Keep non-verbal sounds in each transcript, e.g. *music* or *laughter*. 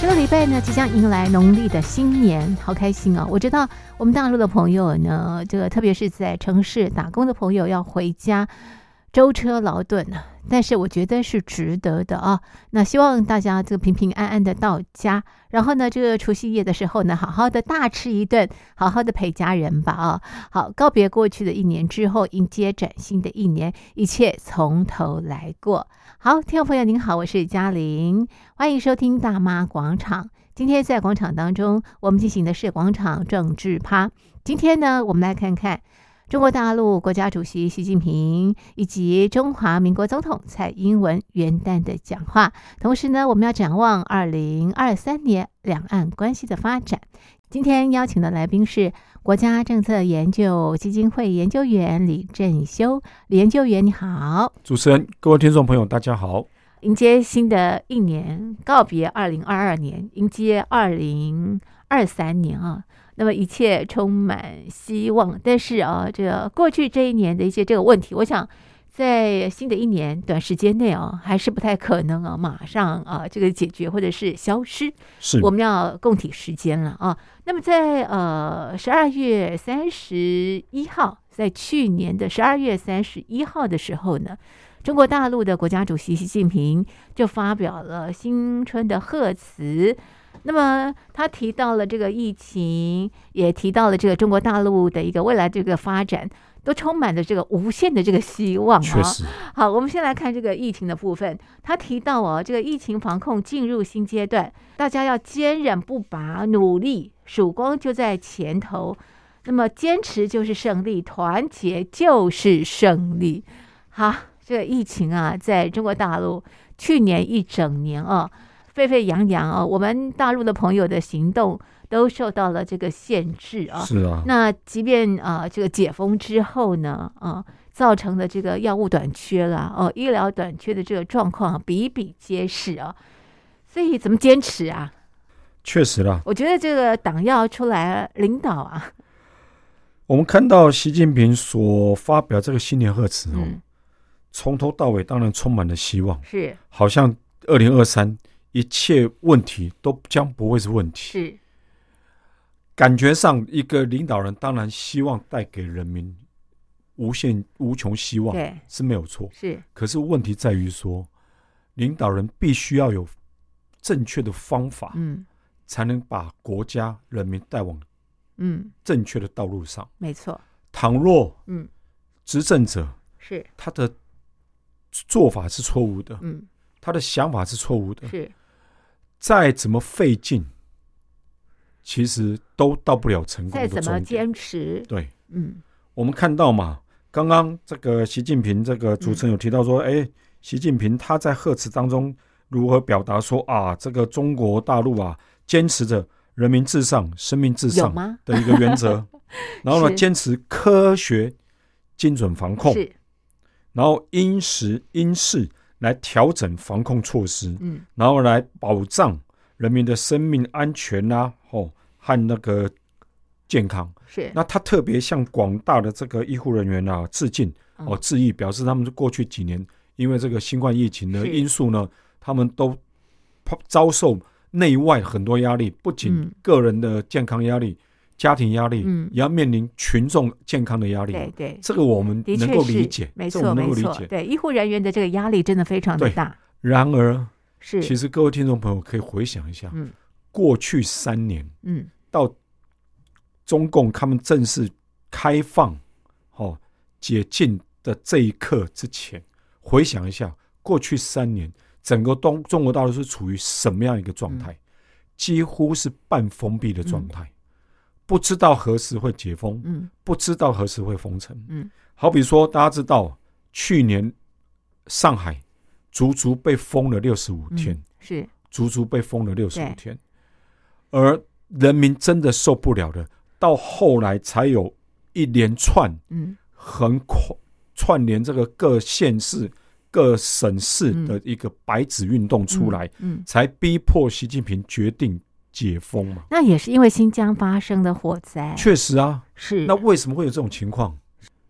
这个礼拜呢，即将迎来农历的新年，好开心哦！我知道我们大陆的朋友呢，这个特别是在城市打工的朋友要回家，舟车劳顿啊，但是我觉得是值得的啊。那希望大家这个平平安安的到家，然后呢，这个除夕夜的时候呢，好好的大吃一顿，好好的陪家人吧啊！好，告别过去的一年之后，迎接崭新的一年，一切从头来过。好，听众朋友您好，我是嘉玲。欢迎收听《大妈广场》。今天在广场当中，我们进行的是广场政治趴。今天呢，我们来看看中国大陆国家主席习近平以及中华民国总统蔡英文元旦的讲话。同时呢，我们要展望二零二三年两岸关系的发展。今天邀请的来宾是国家政策研究基金会研究员李振修，李研究员你好。主持人，各位听众朋友，大家好。迎接新的一年，告别二零二二年，迎接二零二三年啊。那么一切充满希望，但是啊，这个过去这一年的一些这个问题，我想在新的一年短时间内啊，还是不太可能啊，马上啊这个解决或者是消失。是我们要共体时间了啊。那么在呃十二月三十一号，在去年的十二月三十一号的时候呢，中国大陆的国家主席习近平就发表了新春的贺词。那么他提到了这个疫情，也提到了这个中国大陆的一个未来这个发展，都充满了这个无限的这个希望啊。确实，好，我们先来看这个疫情的部分。他提到哦，这个疫情防控进入新阶段，大家要坚韧不拔，努力，曙光就在前头。那么坚持就是胜利，团结就是胜利。好，这个疫情啊，在中国大陆去年一整年啊，沸沸扬扬啊，我们大陆的朋友的行动都受到了这个限制啊。是啊，那即便啊、呃这个解封之后呢，啊、造成的这个药物短缺啦，哦、医疗短缺的这个状况啊比比皆是啊。所以怎么坚持啊？确实啦。我觉得这个党要出来领导啊，我们看到习近平所发表这个新年贺词哦，嗯，从头到尾当然充满了希望，是好像二零二三一切问题都将不会是问题。是，感觉上，一个领导人当然希望带给人民无限无穷希望对，是没有错。是可是问题在于说，领导人必须要有正确的方法，嗯才能把国家人民带往嗯，正确的道路上。没错，倘若嗯执政者是他的做法是错误的，嗯他的想法是错误的，是再怎么费劲，其实都到不了成功再的怎么终点。坚持，对，嗯我们看到嘛，刚刚这个习近平这个主持人有提到说，嗯哎、习近平他在贺词当中如何表达说啊，这个中国大陆啊，坚持着人民至上、生命至有上吗？的一个 *laughs* 原则，然后呢，是坚持科学、精准防控，是然后因时因势来调整防控措施，嗯然后来保障人民的生命安全啦、哦和那个健康。是那他特别向广大的这个医护人员啊致敬哦，嗯致意，表示他们过去几年因为这个新冠疫情的是因素呢，他们都遭受内外很多压力，不仅嗯个人的健康压力、家庭压力，嗯也要面临群众健康的压力。对对。这个我们的能确够是理解，没这错我们没能够理错，解。对医护人员的这个压力真的非常的对大，然而，是，其实各位听众朋友可以回想一下，嗯过去三年嗯到中共他们正式开放、哦解禁的这一刻之前，回想一下过去三年，整个东中国大陆是处于什么样一个状嗯态？几乎是半封闭的状态，不知道何时会解封，嗯不知道何时会封城。嗯，好比说，大家知道去年上海足足被封了六十五嗯天，是足足被封了六十对五天，而人民真的受不了了，到后来才有一连串嗯横跨串联这个各县市、各省市嗯的一个白纸运动出来，嗯嗯才逼迫习近平决定解封嘛。那也是因为新疆发生的火灾，确实啊，是那为什么会有这种情况？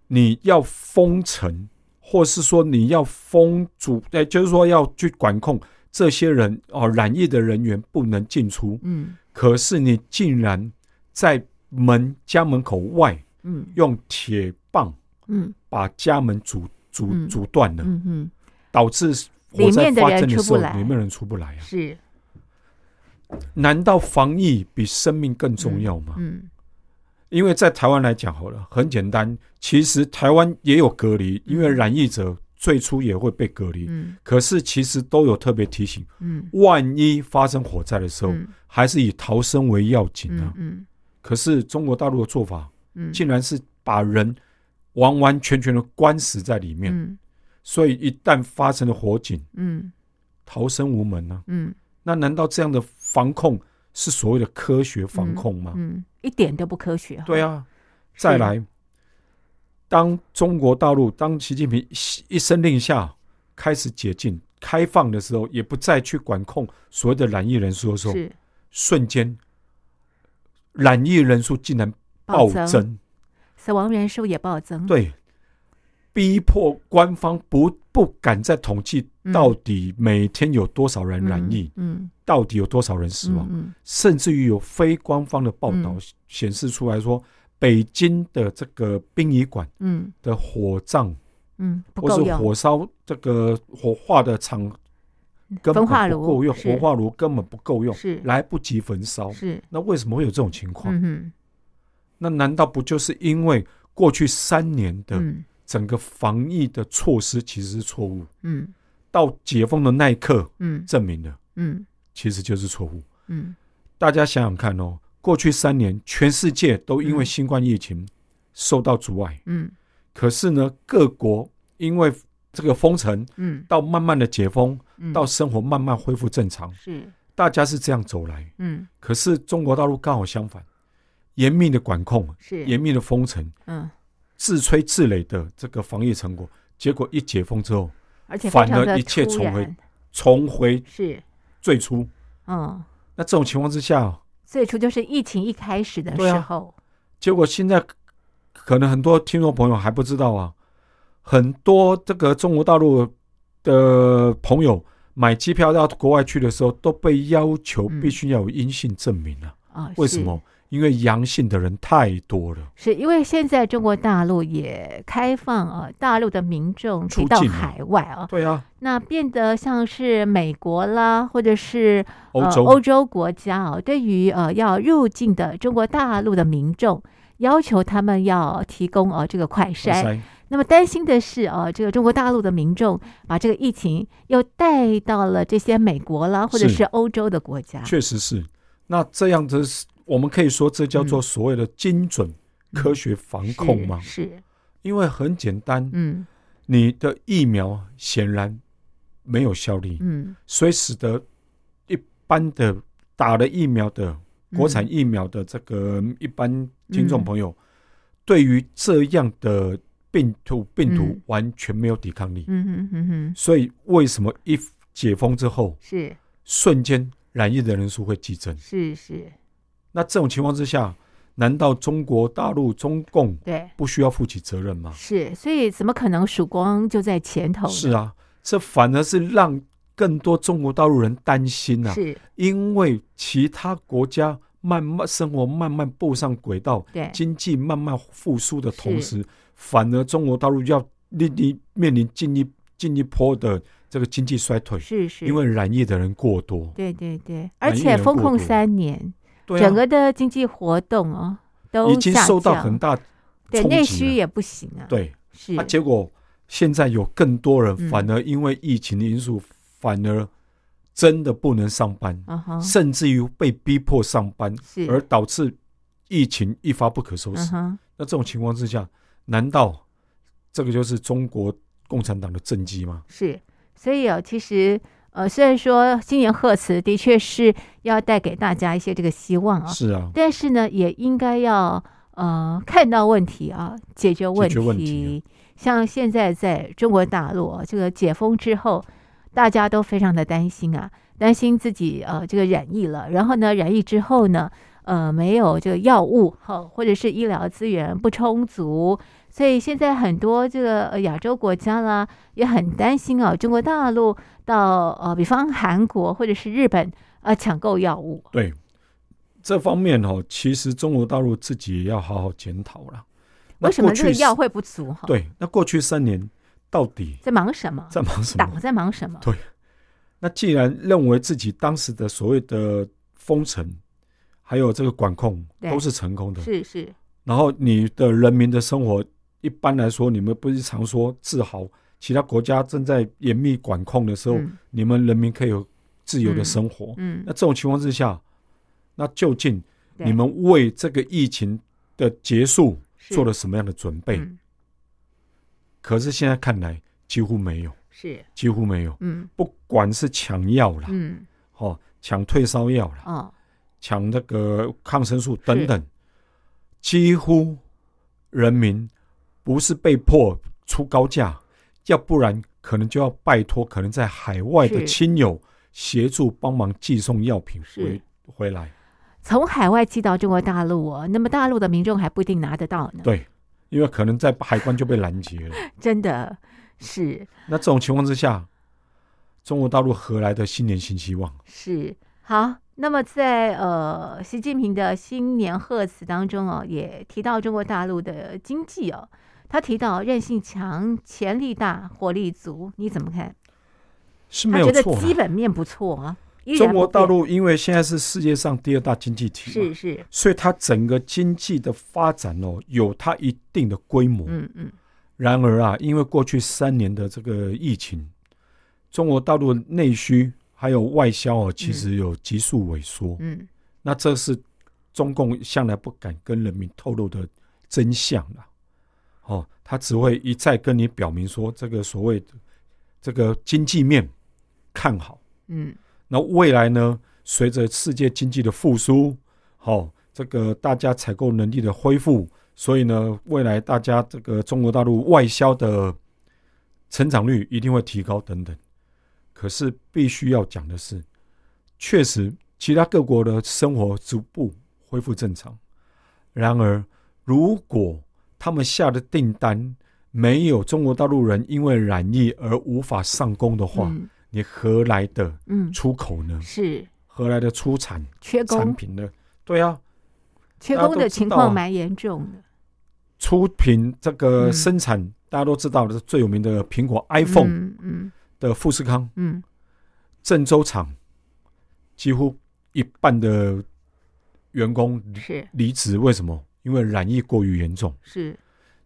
你要封城，或是说你要封阻，哎，就是说要去管控这些人哦染疫的人员不能进出，嗯可是你竟然在门家门口外嗯用铁棒嗯把家门阻阻嗯阻断了，嗯嗯，导致火灾里面的人发生的时出候，不来里面的人出不来啊？是，难道防疫比生命更重要吗？嗯因为在台湾来讲好了，很简单，其实台湾也有隔离，嗯因为染疫者最初也会被隔离，嗯可是其实都有特别提醒，嗯，万一发生火灾的时候，嗯还是以逃生为要紧啊。嗯可是中国大陆的做法嗯，竟然是把人完完全全的关死在里面，嗯所以一旦发生了火警，嗯逃生无门啊。嗯那难道这样的防控是所谓的科学防控吗？嗯，一点都不科学。啊对，啊，再来，当中国大陆当习近平一一声令下开始解禁开放的时候，也不再去管控所谓的染疫人数的时候，是瞬间染疫人数竟然暴增，增，死亡人数也暴增。对，逼迫官方不不敢再统计嗯，到底每天有多少人嗯染疫，，嗯，到底有多少人死亡，嗯甚至于有非官方的报道嗯显示出来说，北京的这个殡仪馆。嗯的火葬，嗯，不或够是用，火烧这个火化的场根本焚化不够炉用，是火化炉根本不够用，是来不及焚烧。是，那为什么会有这种情况？嗯哼，那难道不就是因为过去三年的嗯整个防疫的措施其实是错误？嗯到解封的那一刻，嗯证明了嗯其实就是错误。嗯大家想想看哦，过去三年全世界都因为嗯新冠疫情受到阻碍，嗯可是呢，各国因为这个封城嗯到慢慢的解封，嗯，到生活慢慢恢复正常，是，大家是这样走来。嗯可是中国大陆刚好相反，严密的管控、是，严密的封城、嗯，自吹自擂的这个防疫成果，结果一解封之后，而且非反常而地一切突重回然重回是，最初。嗯，那这种情况之下，最初就是疫情一开始的对时啊候，结果现在可能很多听众朋友还不知道啊，很多这个中国大陆的朋友买机票到国外去的时候，都被要求嗯必须要有阴性证明啊。啊，为什是啊么？？因为阳性的人太多了，是因为现在中国大陆也开放啊，大陆的民众可以出到境了海外啊，对啊，那变得像是美国啦，或者是欧呃洲、欧洲国家哦，对于呃要入境的中国大陆的民众，要求他们要提供呃这个快快筛。那么担心的是呃这个中国大陆的民众把这个疫情又带到了这些美国啦，或者是是欧洲的国家。确实是。那这样子是，我们可以说这叫做所谓的精准科学防控吗？嗯是是因为很简单，嗯你的疫苗显然没有效力，嗯，所以使得一般的打了疫苗的嗯国产疫苗的这个一般听众嗯朋友，对于这样的病毒病毒嗯完全没有抵抗力。嗯哼嗯哼，所以为什么一解封之后，是瞬间染疫的人数会激增？是是，那这种情况之下，难道中国大陆中共对。不需要负起责任吗？是，所以怎么可能曙光就在前头呢？是啊，这反而是让更多中国大陆人担心啊，是，因为其他国家慢慢生活慢慢步上轨道，对，经济慢慢复苏的同是时，反而中国大陆要面临面临进一进一波的这个经济衰退，是是，因为染疫的人过多。对对对，而满意且人风过控度三年，对啊，整个的经济活动哦都已经下受到降很大对冲内击需了也不行啊，，对，是啊，结果现在有更嗯多人反而因为疫情的因素，反而真的不能上班，啊哈甚至于被逼迫上班，是而导致疫情一发不可收嗯拾。哼那这种情况之下，难道这个就是中国共产党的政绩吗？是，所以哦，其实呃，虽然说新年贺词的确是要带给大家一些这个希望啊，是啊，但是呢，也应该要呃看到问题啊，解决问解决问题啊像现在在中国大陆啊这个解封之后，大家都非常的担心啊，担心自己呃这个染疫了，然后呢染疫之后呢，呃没有这个药物哈，或者是医疗资源不充足，所以现在很多这个呃亚洲国家啦，也很担心哦，中国大陆到呃，比方韩国或者是日本呃抢购药物。对这方面哈、哦，其实中国大陆自己也要好好检讨了。那为什么过这个去药会不足？哈，，对，那过去三年到底在忙什么？在忙什么党？在忙什么？那既然认为自己当时的所谓的封城，还有这个管控对都是成功的，是是，然后你的人民的生活，一般来说，你们不是常说自豪，其他国家正在严密管控的时候，嗯你们人民可以有自由的生活。嗯那，这种情况之下，那究竟对你们为这个疫情的结束是做了什么样的准备？嗯可是现在看来，几乎没有，是，几乎没有。嗯不管是抢药啦，嗯哦，抢退烧药啦，哦，抢那个抗生素等等，几乎人民不是被迫出高价，要不然可能就要拜托可能在海外的是亲友协助帮忙寄送药品回是回来。从海外寄到中国大陆哦，那么大陆的民众还不一定拿得到呢。对，因为可能在海关就被拦截 *laughs* 了。真的是那这种情况之下，中国大陆何来的新年新希望？是好。那么在呃习近平的新年贺词当中哦，也提到中国大陆的经济哦，他提到韧性强、潜力大、活力足，你怎么看？他觉得是没有错啦。啊基本面不错啊，依然中国不大变陆因为现在是世界上第二大经济体嘛是，是，所以它整个经济的发展哦，有它一定的规模。嗯嗯，然而啊，因为过去三年的这个疫情，中国大陆内需还有外销哦，其实有急速萎缩。嗯，那这是中共向来不敢跟人民透露的真相啦。哦，他只会一再跟你表明说，这个所谓的这个经济面看好。嗯，那未来呢，随着世界经济的复苏，好、这个大家采购能力的恢复，所以呢，未来大家这个中国大陆外销的成长率一定会提高等等。可是必须要讲的是，确实其他各国的生活逐步恢复正常。然而，如果他们下的订单没有中国大陆人因为染疫而无法上工的话，嗯你何来的嗯，出口呢？是何来的出产缺产工，品呢？对啊，缺大家工都的知情道况啊蛮严重的。出品这个嗯生产，大家都知道的最有名的苹果 iPhone 嗯嗯的富士康嗯，郑州厂，几乎一半的员工离嗯是离职，为什么？因为染疫过于严重。是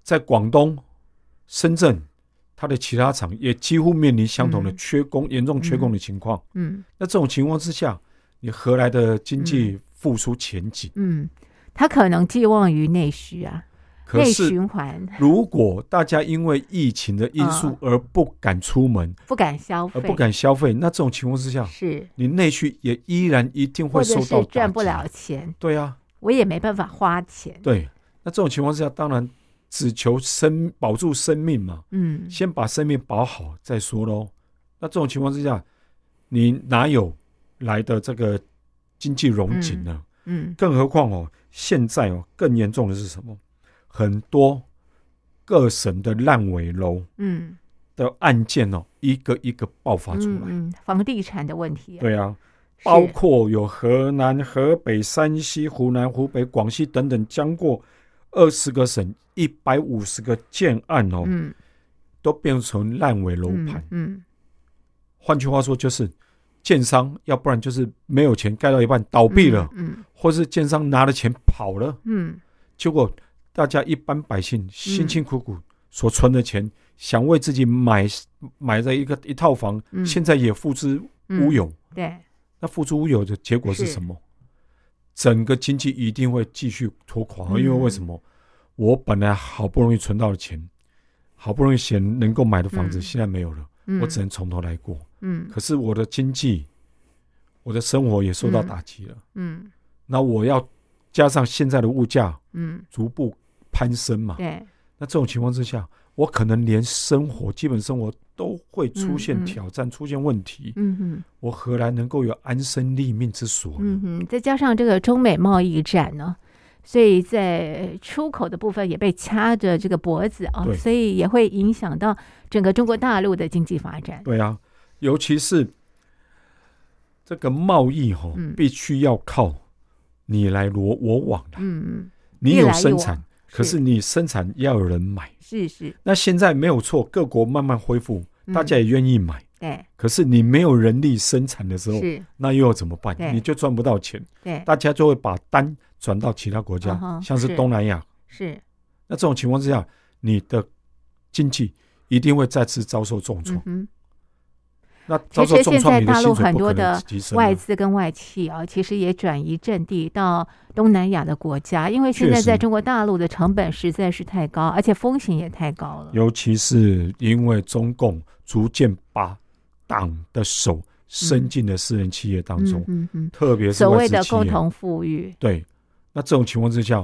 在广东、深圳，它的其他厂也几乎面临相同的嗯缺工、严重缺工的情况。嗯那这种情况之下，你何来的经济复苏前景？嗯，他可能寄望于内需啊，可内是循环如果大家因为疫情的因素嗯而不敢出门，不敢消费，而呃不敢消费，那这种情况之下，是，你内需也依然一定或会者受到是赚打不击了。钱，对啊，我也没办法花钱。对。那这种情况之下，当然只求生保住生命嘛，嗯，先把生命保好再说喽。那这种情况之下，你哪有来的这个经济荣景呢？嗯更何况哦，现在哦更严重的是什么？很多各省的烂尾楼。嗯的案件哦，一个一个爆发出嗯来。嗯，房地产的问题啊，对啊，是包括有河南、河北、山西、湖南、湖北、广西等等，将过二十个省、一百五十个建案哦，嗯都变成烂尾楼盘。嗯换、句话说，就是建商要不然就是没有钱盖到一半倒闭了，嗯或是建商拿了钱跑了，嗯结果大家一般百姓辛辛苦苦所存的钱，想为自己买买的一个一套房，嗯，现在也付之嗯乌有。对那付诸乌有的结果是是什么？整个经济一定会继续拖垮，嗯因为为什么？我本来好不容易存到的钱，好不容易钱能够买的房子，嗯现在没有了，嗯我只能从头来过。嗯可是我的经济，我的生活也受到打击了。嗯那我要加上现在的物价嗯逐步攀升嘛，对那这种情况之下，我可能连生活、基本生活都会出嗯现嗯挑战、出现问题，嗯嗯。我何来能够有安身立命之所呢？嗯哼，再加上这个中美贸易战呢、所以在出口的部分也被掐着这个脖子啊、对所以也会影响到整个中国大陆的经济发展。对啊，尤其是这个贸易哈、嗯必须要靠你来我我往啦。嗯，你越有来越生往产，可是你生产要有人买。是是，那现在没有错，各国慢慢恢复，嗯大家也愿意买。对可是你没有人力生产的时候，是，那又要怎么办对？你就赚不到钱，对大家就会把单转到其他国家，嗯哼像是是东南亚。是，那这种情况之下，你的经济一定会再次遭受重创。嗯哼。那遭受重创，你的薪水不可能提升啊。外资跟外企啊，其实也转移阵地到东南亚的国家，因为现在确实在中国大陆的成本实在是太高，而且风险也太高了。尤其是因为中共逐渐把党的手伸进了私人企业当中，嗯嗯特嗯，别是所外谓资的企共业。同富裕，对，那这种情况之下，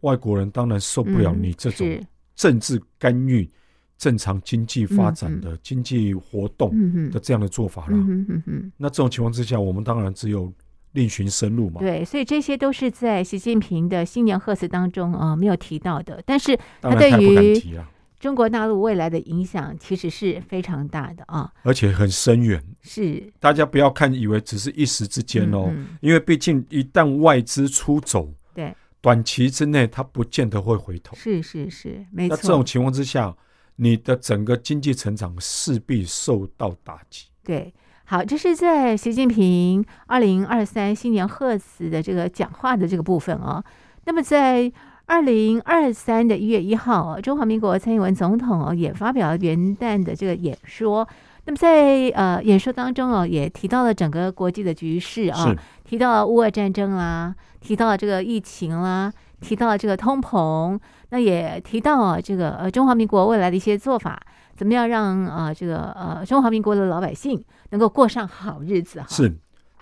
外国人当然受不了嗯你这种是政治干预正常经济发嗯展嗯的经济活动嗯哼的这样的做法了。嗯哼嗯哼，那这种情况之下，我们当然只有另寻生路嘛。对，所以这些都是在习近平的新年贺词当中啊、呃没有提到的，但是当他然对他也不敢于提啊，中国大陆未来的影响其实是非常大的啊，而且很深远。是大家不要看以为只是一时之间哦，嗯嗯因为毕竟一旦外资出走，对，短期之内它不见得会回头。是是是，没那错，这种情况之下，你的整个经济成长势必受到打击。对，好，这是在习近平二零二三新年贺词的这个讲话的这个部分哦。那么在二零二三的一月一号哦，中华民国蔡英文总统哦也发表了元旦的这个演说。那么在呃演说当中哦，也提到了整个国际的局势啊、是提到了乌俄战争啦，提到了这个疫情啦，提到了这个通膨，那也提到啊这个呃中华民国未来的一些做法，怎么样让呃这个呃中华民国的老百姓能够过上好日子哈？，是，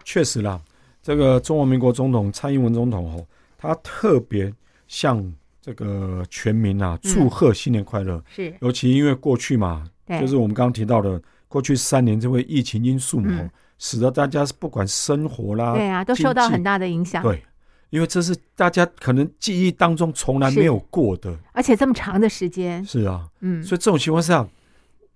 确实啦，这个中华民国总统蔡英文总统哦，他特别向这个全民啊嗯祝贺新年快乐。是，尤其因为过去嘛，对，就是我们刚刚提到的，过去三年这位疫情因素嘛，嗯使得大家不管生活啦，对啊，都受到很大的影响，对因为这是大家可能记忆当中从来没有过的，而且这么长的时间，是啊，嗯，所以这种情况下，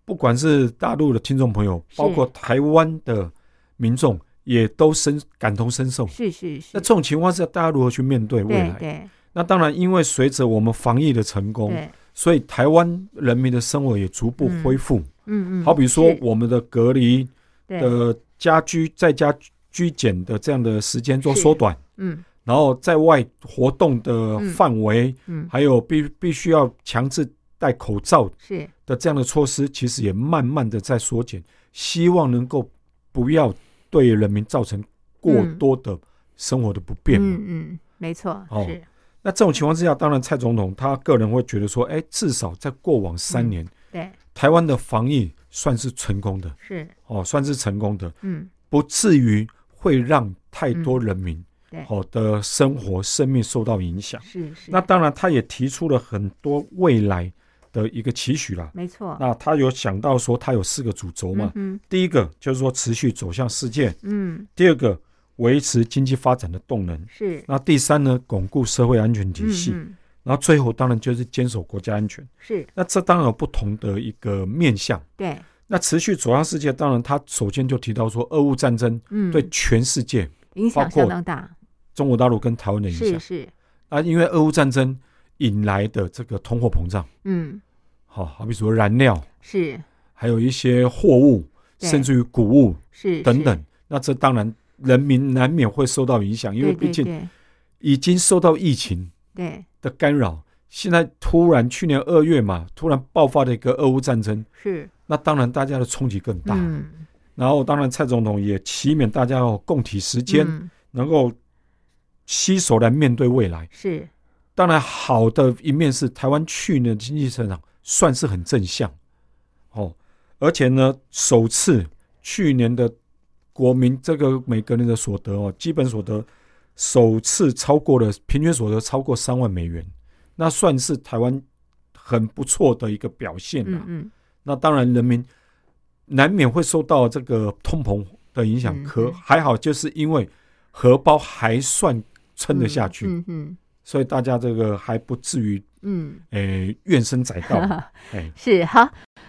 不管是大陆的听众朋友，包括台湾的民众，也都深感同身受。是是是那，这种情况下，大家如何去面对未对来？对那当然，因为随着我们防疫的成功，对，所以台湾人民的生活也逐步恢复。嗯嗯，好比说是，我们的隔离对，的家居在家居检的这样的时间做缩短，嗯然后在外活动的嗯范围，嗯还有必必须要强制戴口罩是的这样的措施，其实也慢慢的在缩减，希望能够不要对人民造成过多的生活的不便嘛。嗯嗯，没错，哦是那这种情况之下，当然蔡总统他个人会觉得说，哎，至少在过往嗯三年，对台湾的防疫算是成功的是，哦，算是成功的，嗯不至于会让太多人民对好、的生活生命受到影响。是是，那当然，他也提出了很多未来的一个期许啦。没错，那他有想到说，他有四个主轴嘛。嗯嗯哼第一个就是说持续走向世界，嗯第二个维持经济发展的动能，是，那第三呢，巩固社会安全体嗯系，嗯然后最后当然就是坚守国家安全。是那这当然有不同的一个面向。对，那持续走向世界，当然他首先就提到说，俄乌战争嗯对全世界、影包响相括当大，中国大陆跟台湾的影是响是，啊，因为俄乌战争引来的这个通货膨胀，嗯好、好比说燃料，是还有一些货物，对甚至于谷物是等是等，那这当然人民难免会受到影响，因为对毕竟对已经受到疫情对的干扰，现在突然去年二月嘛，突然爆发了一个俄乌战争，是，那当然大家的冲击更大。嗯，然后，当然蔡总统也祈勉大家要共体时间，嗯能够携手来面对未来。是当然，好的一面是台湾去年的经济成长算是很正向哦，而且呢，首次去年的国民这个每个人的所得哦，基本所得首次超过了平均所得超过三万美元，那算是台湾很不错的一个表现了、嗯嗯那当然，人民难免会受到这个通膨的影响，嗯可嗯还好，就是因为荷包还算撑得下去。嗯嗯所以大家这个还不至于嗯， *laughs* 诶、怨声载道。哎，是好。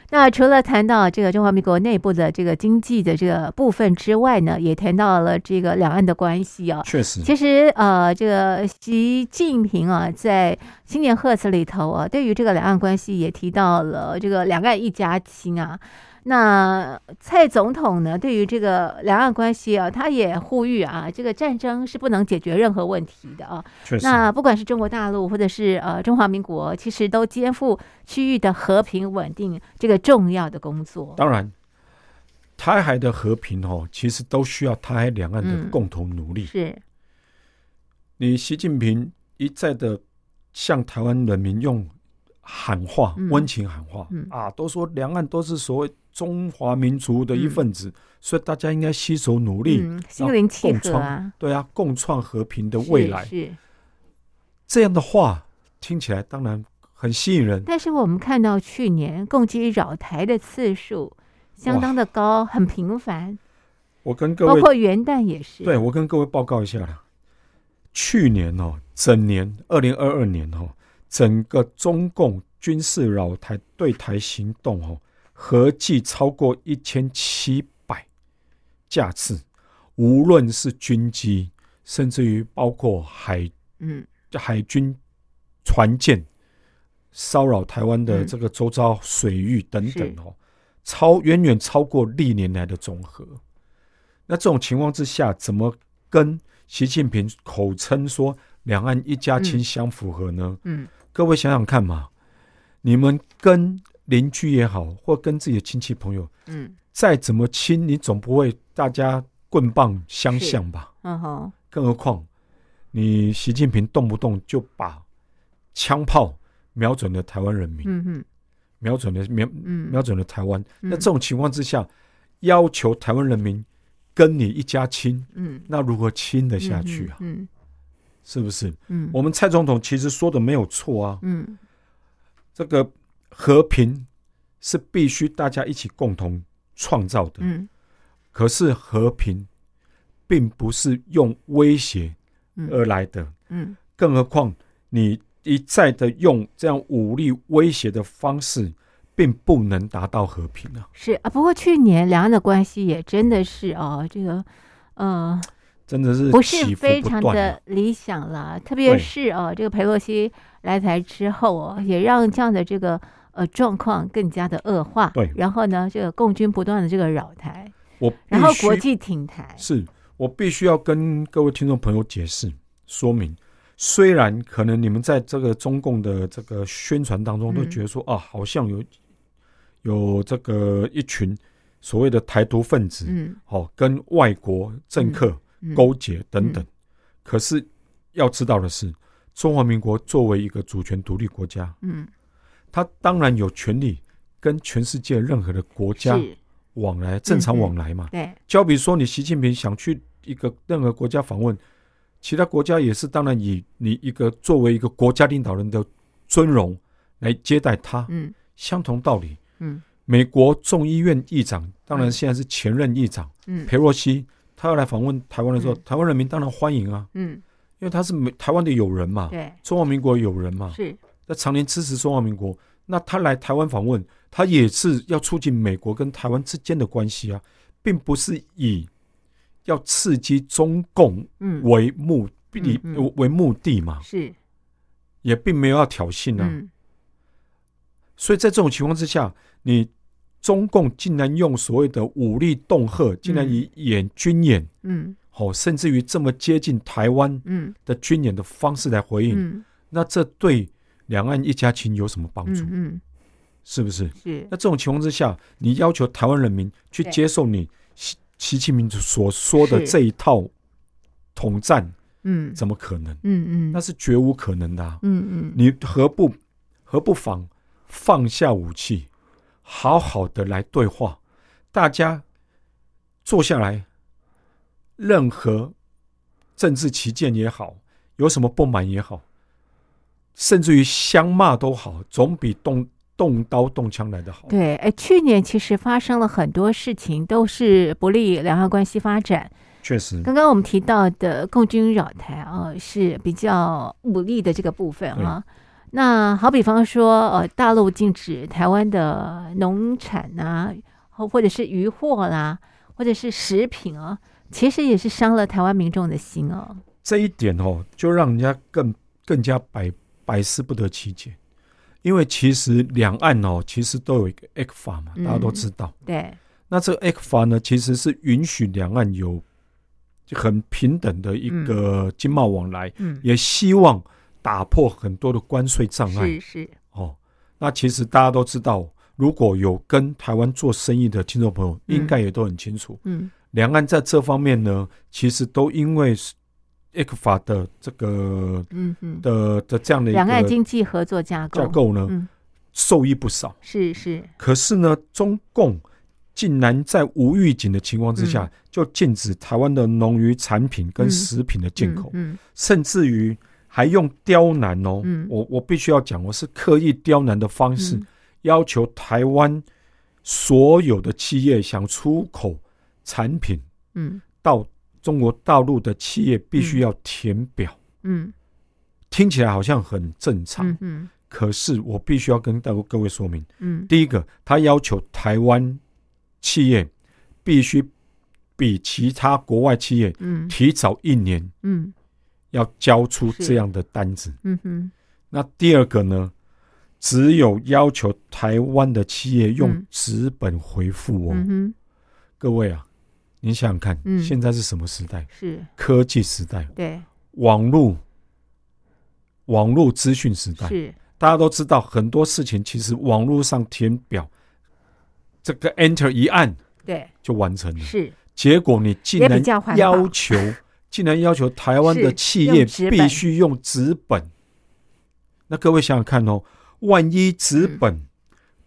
那除了谈到这个中华民国内部的这个经济的这个部分之外呢，也谈到了这个两岸的关系啊、确实，其实，呃，这个习近平啊，在新年贺词里头啊，对于这个两岸关系也提到了这个两岸一家亲啊。那蔡总统呢，对于这个两岸关系啊，他也呼吁啊，这个战争是不能解决任何问题的啊。确实，那不管是中国大陆或者是呃中华民国，其实都肩负区域的和平稳定这个重要的工作。当然，台海的和平哦，其实都需要台海两岸的嗯共同努力。是，你习近平一再的向台湾人民用喊话、嗯温情喊话、嗯啊，都说两岸都是所谓中华民族的一嗯份子，所以大家应该携手努力，嗯，心灵契共合啊，对啊，共创和平的未是来。是这样的话听起来当然很吸引人，但是我们看到去年共机扰台的次数相当的高，很频繁，我跟各包位括元旦也是。对，我跟各位报告一下啦。去年哦，整年二零二二年哦，整个中共军事扰台对台行动哦，合计超过一千七百架次，无论是军机，甚至于包括海嗯，海军船舰骚扰台湾的嗯这个周遭水域等等是哦，超远远超过历年来的总和。那这种情况之下，怎么跟习近平口称说两岸一家亲嗯相符合呢？嗯，各位想想看嘛，你们跟邻居也好，或跟自己的亲戚朋友，嗯，再怎么亲，你总不会大家棍棒相是向吧？嗯哼，更何况你习近平动不动就把枪炮瞄准了台湾人民，嗯哼，瞄准了瞄嗯，瞄准了台湾。嗯那这种情况之下，要求台湾人民跟你一家亲，嗯那如何亲得下去啊？嗯是不是？嗯，我们蔡总统其实说的没有错啊，嗯这个和平是必须大家一起共同创造的。嗯可是和平并不是用威胁嗯而来的。嗯更何况你一再的用这样武力威胁的方式，并不能达到和平啊！是啊。不过去年两岸的关系也真的是哦，这个呃，真的是不起是伏非不常断啊的理想啦，特别对是哦，这个佩洛西来台之后哦，也让这样的这个呃状况更加的恶化。对然后呢，这个共军不断的这个扰台，我必然后须国际停台，是我必须要跟各位听众朋友解释说明。虽然可能你们在这个中共的这个宣传当中都嗯觉得说、啊，好像有有这个一群所谓的台独分子，嗯哦，跟外国政客、嗯，勾结等等。可是要知道的是，中华民国作为一个主权独立国家，嗯它当然有权利跟全世界任何的国家是嗯往来，正常往来嘛。对，就比如说，你习近平想去一个任何国家访问，其他国家也是当然以你一个作为一个国家领导人的尊荣来接待他，嗯相同道理。嗯美国众议院议长，当然嗯现在是前任议长嗯裴若西，他要来访问台湾的时候，嗯台湾人民当然欢迎啊。嗯，因为他是美台湾的友人嘛，对，中华民国友人嘛，是那常年支持中华民国，那他来台湾访问，他也是要促进美国跟台湾之间的关系啊，并不是以要刺激中共嗯为目的、嗯嗯为目的嘛，是也并没有要挑衅啊。嗯所以在这种情况之下，你中共竟然用所谓的武力恫吓，竟然以演军演，嗯哦，甚至于这么接近台湾嗯的军演的方式来回应。嗯那这对两岸一家亲有什么帮助？嗯嗯是不是？是那这种情况之下，你要求台湾人民去对接受你习习近平所说的是这一套统战，嗯怎么可能？嗯嗯那是绝无可能的、啊。嗯嗯你何不何不妨放下武器，好好的来对话，大家坐下来，任何政治旗舰也好，有什么不满也好，甚至于相骂都好，总比动动刀动枪来的好。对，哎，去年其实发生了很多事情，都是不利两岸关系发展。确实，刚刚我们提到的共军扰台啊、是比较武力的这个部分啊。那好比方说，呃，大陆禁止台湾的农产啊，或或者是渔获啦、或者是食品啊，其实也是伤了台湾民众的心哦。这一点哦，就让人家更更加百百思不得其解。因为其实两岸哦，其实都有一个 ECFA 嘛，嗯大家都知道。对，那这个 ECFA 呢，其实是允许两岸有很平等的一个经贸往来，嗯，也希望打破很多的关税障碍是是，哦。那其实大家都知道，如果有跟台湾做生意的听众朋友，嗯应该也都很清楚，嗯两岸在这方面呢，其实都因为 ECFA 的这个嗯嗯，的的这样的一两岸个经济合作架构，架构呢，嗯，受益不少。是是，可是呢，中共竟然在无预警的情况之下，就禁止台湾的农渔产品跟嗯食品的进口，嗯甚至于还用刁难哦。嗯我我必须要讲，我是刻意刁难的方式，嗯要求台湾所有的企业想出口产品嗯到中国大陆的企业，必须要填表。嗯听起来好像很正常，嗯嗯可是我必须要跟大各位说明。嗯，第一个，他要求台湾企业必须比其他国外企业嗯提早一年嗯要交出是这样的单子。嗯嗯那第二个呢，只有要求台湾的企业用嗯纸本回复哦。嗯，各位啊，你想想看，嗯现在是什么时代？是科技时代，对网络。网络资讯时代，是，大家都知道很多事情，其实网络上填表，这个 Enter 一按，对就完成了。是结果你竟也然比较环保嗯要求， *laughs* 竟然要求台湾的是企用业纸必本须用纸本。那各位想想看哦，万一纸嗯本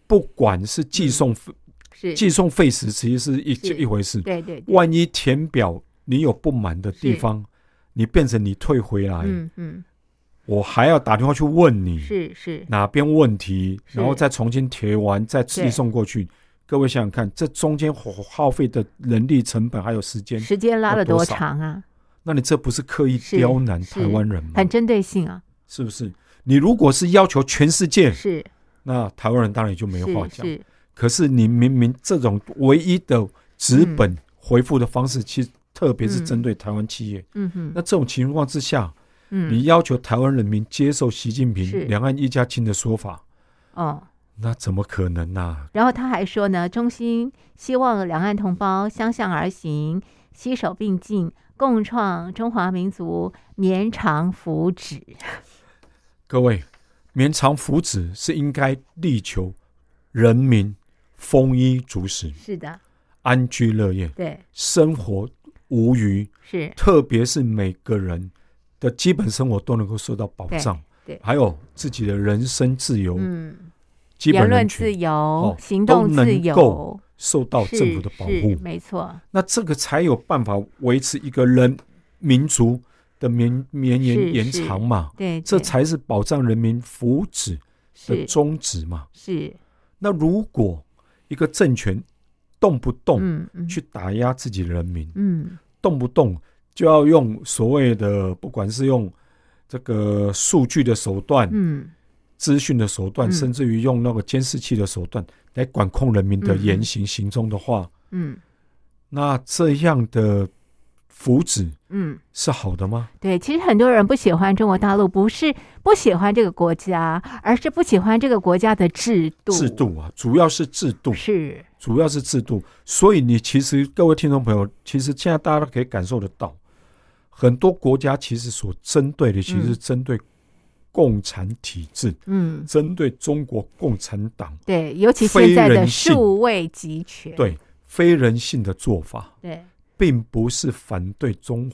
不管是寄送费是，寄送费时，其实是一是一回事。对对对，万一填表你有不满的地是方，你变成你退回来，嗯嗯我还要打电话去问你是是，哪边问题，是然后再重新填完，再寄对送过去。各位想想看，这中间耗费的人力成本还有时间，时间拉要了多多少长啊？那你这不是刻意是刁难是台湾人吗很？针对性啊，是不是？你如果是要求全世界，是那台湾人当然就没话是讲。是，可是你明明这种唯一的纸本回复的方式，其实特别是嗯针对台湾企业，嗯哼，那这种情况之下，嗯你要求台湾人民接受习近是平“两岸一家亲”的说法，哦。那怎么可能啊呢、然后他还说呢，中心希望两岸同胞相向而行，携手并进，共创中华民族绵长福祉。各位，绵长福祉是应该力求人民丰衣足食、是的，安居乐业、对，生活无虞。是特别是每个人的基本生活都能够受到保障，对对还有自己的人身自由、嗯，基言本论人自权由、哦行都动自能由够，受到是政府的保是护，没错，那这个才有办法维持一个人民族的绵绵是延延是长嘛，对，这对才是保障人民福祉的是宗旨嘛。是，那如果一个政权动不动嗯嗯去打压自己人民，嗯动不动就要用所谓的，不管是用这个数据的手段、嗯资讯的手段，嗯甚至于用那个监视器的手段来管控人民的嗯言行行踪的话，嗯那这样的福祉嗯，是好的吗？对，其实很多人不喜欢中国大陆，不是不喜欢这个国家，而是不喜欢这个国家的制度。制度啊，主要是制度，是，主要是制度。所以你其实各位听众朋友，其实现在大家都可以感受得到，很多国家其实所针对的，其实是嗯针对共产体制。嗯，针对中国共产党对，尤其非现在的人性数位集权，对非人性的做法，对，并不是反对中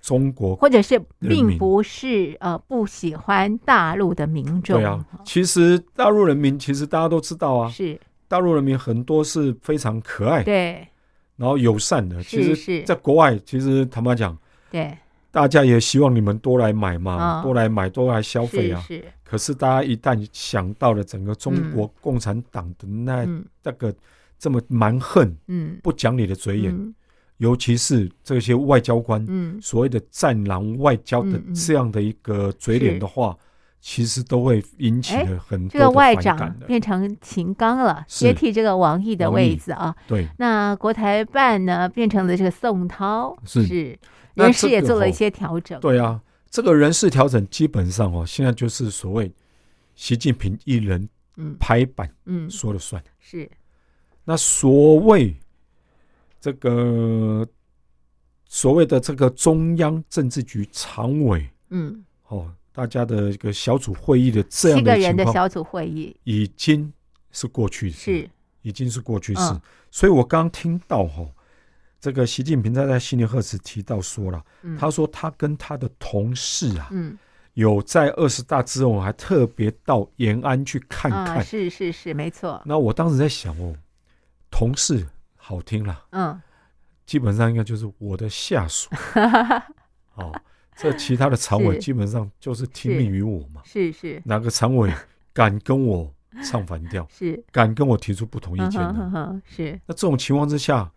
中国。或者是并民不是呃不喜欢大陆的民众，对啊，其实大陆人民其实大家都知道啊，是大陆人民很多是非常可爱，对然后友善的。是哎其是实，在国外，其实坦白讲，对，大家也希望你们多来买嘛，啊多来买，多来消费是啊。是，可是大家一旦想到了整个中国共产党的那、嗯那个这么蛮横、嗯，不讲理的嘴脸，嗯尤其是这些外交官嗯，所谓的“战狼外交”的嗯嗯这样的一个嘴脸的话，其实都会引起哎了很这多个的外反长感的。变成秦刚了，是接替这个王毅的王位毅置啊。对，那国台办呢，变成了这个宋涛，是那人事这也个做了一吼些调整。对啊，这个人事调整基本上哦，现在就是所谓习近平一人嗯拍板嗯，说了算。是那所谓这个所谓的这个中央政治局常委嗯，哦，大家的一个小组会议的这七样个的人情的况，小组会议已经是过去式，是已经是过去式。嗯所以我刚听到哦，这个习近平在在新年贺词提到说了，嗯他说他跟他的同事啊，嗯有在二十大之后还特别到延安去看啊，看。是是是，没错，那我当时在想哦，同事好听啦，嗯基本上应该就是我的 *laughs* 下属。哦，这其他的常委是基本上就是听命于我嘛。是是，哪个常委敢跟我唱反调 *laughs* 是，敢跟我提出不同意嗯见哼呢？哼哼，是那这种情况之下，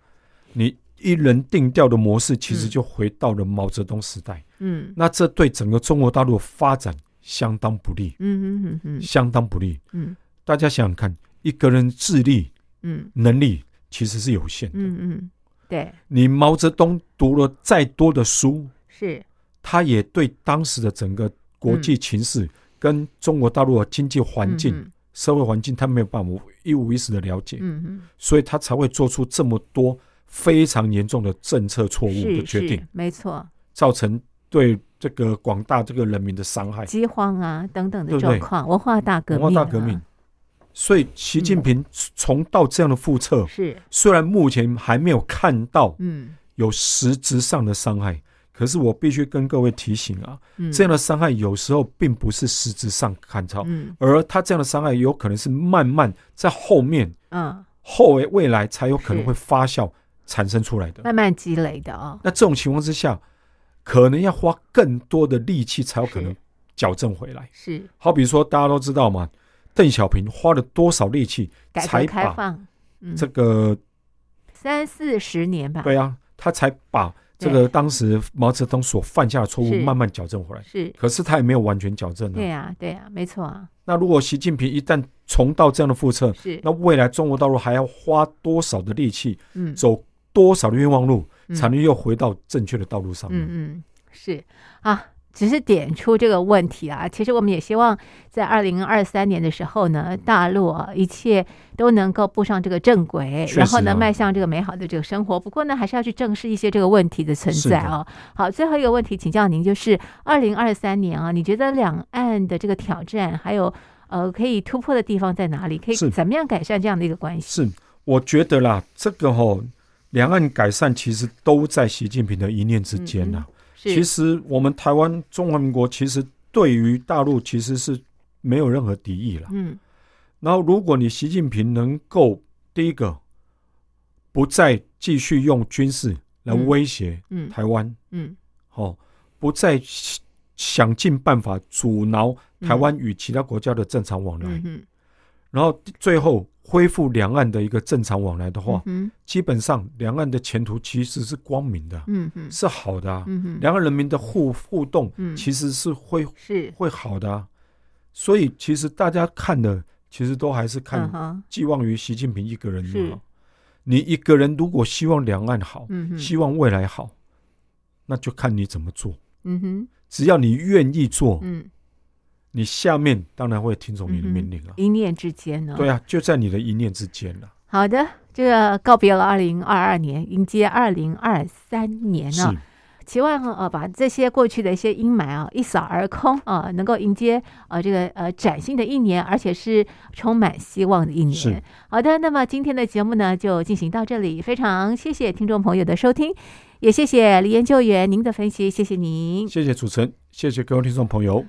你一人定调的模式，其实嗯就回到了毛泽东时代。嗯那这对整个中国大陆的发展相当不利，嗯嗯嗯相当不利。嗯大家想想看，一个人智力嗯能力其实是有限的。嗯嗯，对，你毛泽东读了再多的书，是他也对当时的整个国际情势跟中国大陆的经济环境、嗯社会环境，他没有办法一五一十的了解，嗯嗯所以他才会做出这么多非常严重的政策错嗯，误的是决定是，没错，造成对这个广大这个人民的伤害。饥荒啊等等的对不对状况，文化大革文命啊，化大革命，所以习近平重蹈这样的覆辙，是虽然目前还没有看到嗯有实质上的伤害，可是我必须跟各位提醒啊，嗯这样的伤害有时候并不是实质上看到，嗯而他这样的伤害有可能是慢慢在后面嗯后未来才有可能是会发酵产生出来的。慢慢积累的啊，那这种情况之下，可能要花更多的力气才有可能是矫正回来。是好比说，大家都知道嘛，邓小平花了多少力气改革才开把放，嗯，这个三四十年吧，对啊，他才把这个当时毛泽东所犯下的错误是慢慢矫正回来。是，可是他也没有完全矫正对啊。呀对呀，没错啊，那如果习近平一旦重蹈这样的覆辙，是，那未来中国大陆还要花多少的力气，嗯走多少的冤枉路，嗯才能又回到正确的道路上面？嗯嗯，是啊，只是点出这个问题啊。其实我们也希望在二零二三年的时候呢，大陆啊一切都能够步上这个正轨，确然后实呢啊迈向这个美好的这个生活。不过呢，还是要去正视一些这个问题的存是在的啊。好，最后一个问题，请教您，就是二零二三年啊，你觉得两岸的这个挑战还有？呃，可以突破的地方在哪里？可以是怎么样改善这样的一个关系？是，我觉得啦，这个吼、两岸改善其实都在习近平的一念之间呐、嗯是，其实我们台湾中华民国其实对于大陆其实是没有任何敌意了。嗯，然后，如果你习近平能够第一个不再继续用军事来嗯威胁嗯台湾，嗯哦，不再想想尽办法阻挠台湾与其他国家的正常往来，嗯嗯然后最后恢复两岸的一个正常往来的话嗯，嗯基本上两岸的前途其实是光明的，嗯嗯是好的、啊。嗯嗯，两岸人民的互互动嗯其实是会、是会好的、啊，所以其实大家看的其实都还是看嗯哼寄望于习近平一个人就是好。你一个人如果希望两岸好，嗯哼希望未来好，那就看你怎么做。嗯哼，只要你愿意做，嗯，你下面当然会听从你的命令了、啊一念之间呢、对啊，就在你的一念之间了。好的，这个告别了二零二二年，迎接二零二三年啊呢、是，期望呃把这些过去的一些阴霾啊一扫而空啊、能够迎接呃这个呃崭新的一年，而且是充满希望的一年是。好的，那么今天的节目呢就进行到这里，非常谢谢听众朋友的收听，也谢谢李研究员您的分析，谢谢您。谢谢主持人，谢谢各位听众朋友。